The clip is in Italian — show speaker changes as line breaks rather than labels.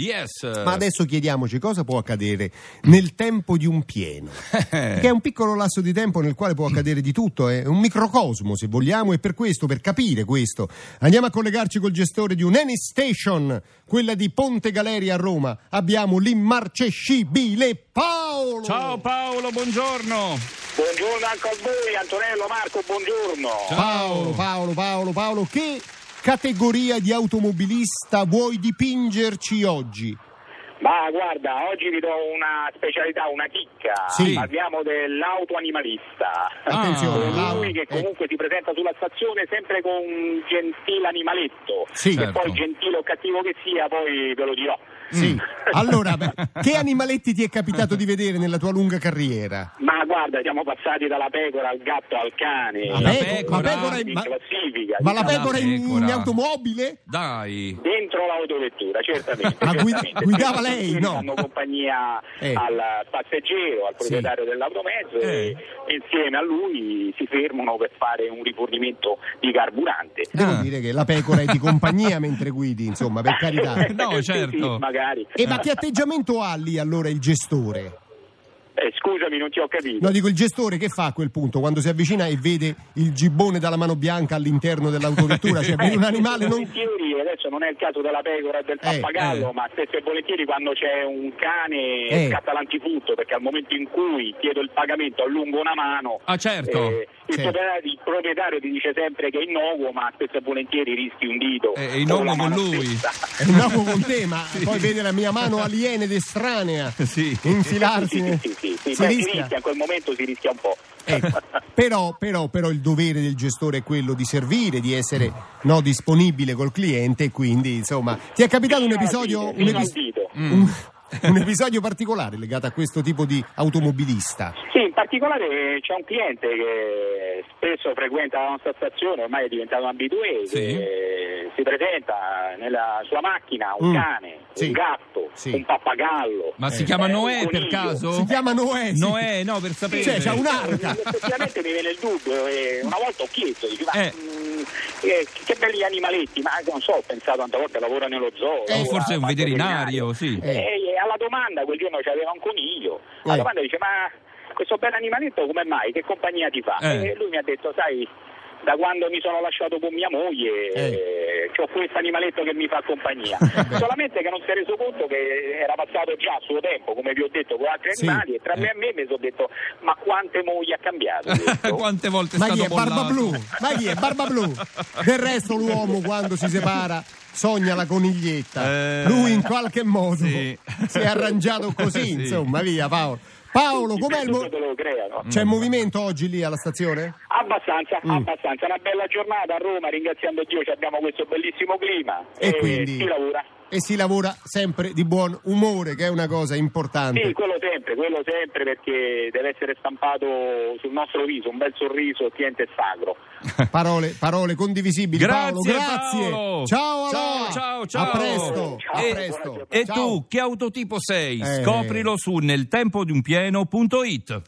Yes.
Ma adesso chiediamoci cosa può accadere nel tempo di un pieno, che è un piccolo lasso di tempo nel quale può accadere di tutto, è un microcosmo se vogliamo e per questo, per capire questo, andiamo a collegarci col gestore di un'Eni Station, quella di Ponte Galeria a Roma. Abbiamo l'immarcescibile Paolo.
Ciao Paolo, buongiorno.
Buongiorno anche a voi, Antonello, Marco, buongiorno.
Paolo, Paolo, Paolo, Paolo, che categoria di automobilista vuoi dipingerci oggi?
Ma guarda, oggi vi do una specialità, una chicca.
Sì.
Parliamo dell'autoanimalista.
Attenzione,
Ah.
Lui che
Paolo, eh,
comunque si presenta sulla stazione sempre con un gentile animaletto.
sì,
Certo.
Poi gentile o cattivo che sia, poi ve lo dirò.
sì. Mm. Allora, beh, che animaletti ti è capitato di vedere nella tua lunga carriera?
Ma guarda, siamo passati dalla pecora al gatto al cane.
La
La
pe-
pecora.
la pecora in-
in
ma-
classifica.
Ma la
diciamo,
pecora in,
pecora.
in automobile?
Dai.
Dentro l'autovettura, certamente.
Ma Ah, guida-
certamente.
guidava
Questi
lei,
due
no?
Fanno compagnia
Eh.
al passeggero, al
Sì.
proprietario dell'automezzo
Eh.
e insieme a lui si fermano per fare un rifornimento di carburante.
Devo
Ah.
dire che la pecora è di compagnia mentre guidi, insomma, per carità.
No,
Eh, Sì, sì,
certo.
magari.
E ma che atteggiamento ha lì allora il gestore?
Eh, scusami, non ti ho capito.
No, dico il gestore che fa a quel punto quando si avvicina e vede il gibbone dalla mano bianca all'interno dell'autovettura,
Eh,
cioè vede un animale non...
Volentieri, adesso non è il caso della pecora e del
Eh,
pappagallo,
eh.
ma spesso e volentieri quando c'è un cane
Eh.
scatta l'antifurto perché al momento in cui chiedo il pagamento allungo una mano.
Ah, certo.
eh, il,
Sì.
proprietario, il proprietario ti dice sempre che è innocuo, ma spesso e volentieri rischi un dito.
Eh, è innocuo
nuovo
con lui.
È un uomo con te, ma poi vede la mia mano aliena ed estranea
Sì.
infilarsi.
Sì, sì,
nel-
sì, sì, sì,
Si
beh, si
rischia.
rischia, in quel momento si rischia un po'.
Ecco. Però, però, però il dovere del gestore è quello di servire, di essere no, disponibile col cliente, quindi insomma ti è capitato un
Fino al
episodio,
dito,
un,
fino al
epis-
dito.
Mm.
un- un episodio particolare legato a questo tipo di automobilista.
Sì, in particolare eh, c'è un cliente che spesso frequenta la nostra stazione, ormai è diventato un abitué,
Sì.
che si presenta nella sua macchina un
Mm.
cane,
Sì.
un gatto,
Sì.
un pappagallo.
Ma si
Eh.
chiama
Eh,
Noè
un
per
coniglio.
caso?
Si chiama Noè. sì.
Noè, no, per sapere.
Cioè, c'ha un'arca.
Eh, Effettivamente mi viene il dubbio, e una volta ho chiesto, dico, ma,
Eh.
mh, eh, che belli animaletti, ma non so, ho pensato tante volte lavora nello zoo.
Eh,
lavora
forse è un
al parco
veterinario, sì.
Eh.
E alla domanda, quel giorno c'aveva un coniglio, alla
Eh.
domanda dice ma questo bel animaletto come mai, che compagnia ti fa?
Eh.
E lui mi ha detto sai, da quando mi sono lasciato con mia moglie
Eh.
ho questo animaletto che mi fa compagnia. Solamente che non si è reso conto che era passato già il suo tempo, come vi ho detto, con altri
Sì.
animali e tra me
Eh.
e me mi sono detto ma quante mogli ha cambiato? questo?"
Quante volte è
Eh. Ma
stato
chi è
bollato?
Barba Blu? Ma chi è Barba Blu? Del resto l'uomo quando si separa sogna la coniglietta.
Eh.
Lui in qualche modo
Sì.
si è arrangiato così,
Sì.
insomma, via Paolo. Paolo, com'è il mo-
Tutto lo creano.
c'è movimento oggi lì alla stazione?
Abbastanza,
Mm.
abbastanza. Una bella giornata a Roma, ringraziando Dio, ci abbiamo questo bellissimo clima
E quindi-
si lavora.
E si lavora sempre di buon umore, che è una cosa
Sì,
importante.
quello sempre, quello sempre perché deve essere stampato sul nostro viso un bel sorriso, il cliente è sacro.
Parole, parole condivisibili. Paolo,
Grazie,
grazie.
Paolo.
Ciao,
Ciao,
Aloha.
ciao, ciao.
A presto.
Ciao,
a
E-
presto.
E
Ciao.
tu che autotipo sei?
Eh.
Scoprilo su nel tempo di un pieno.it.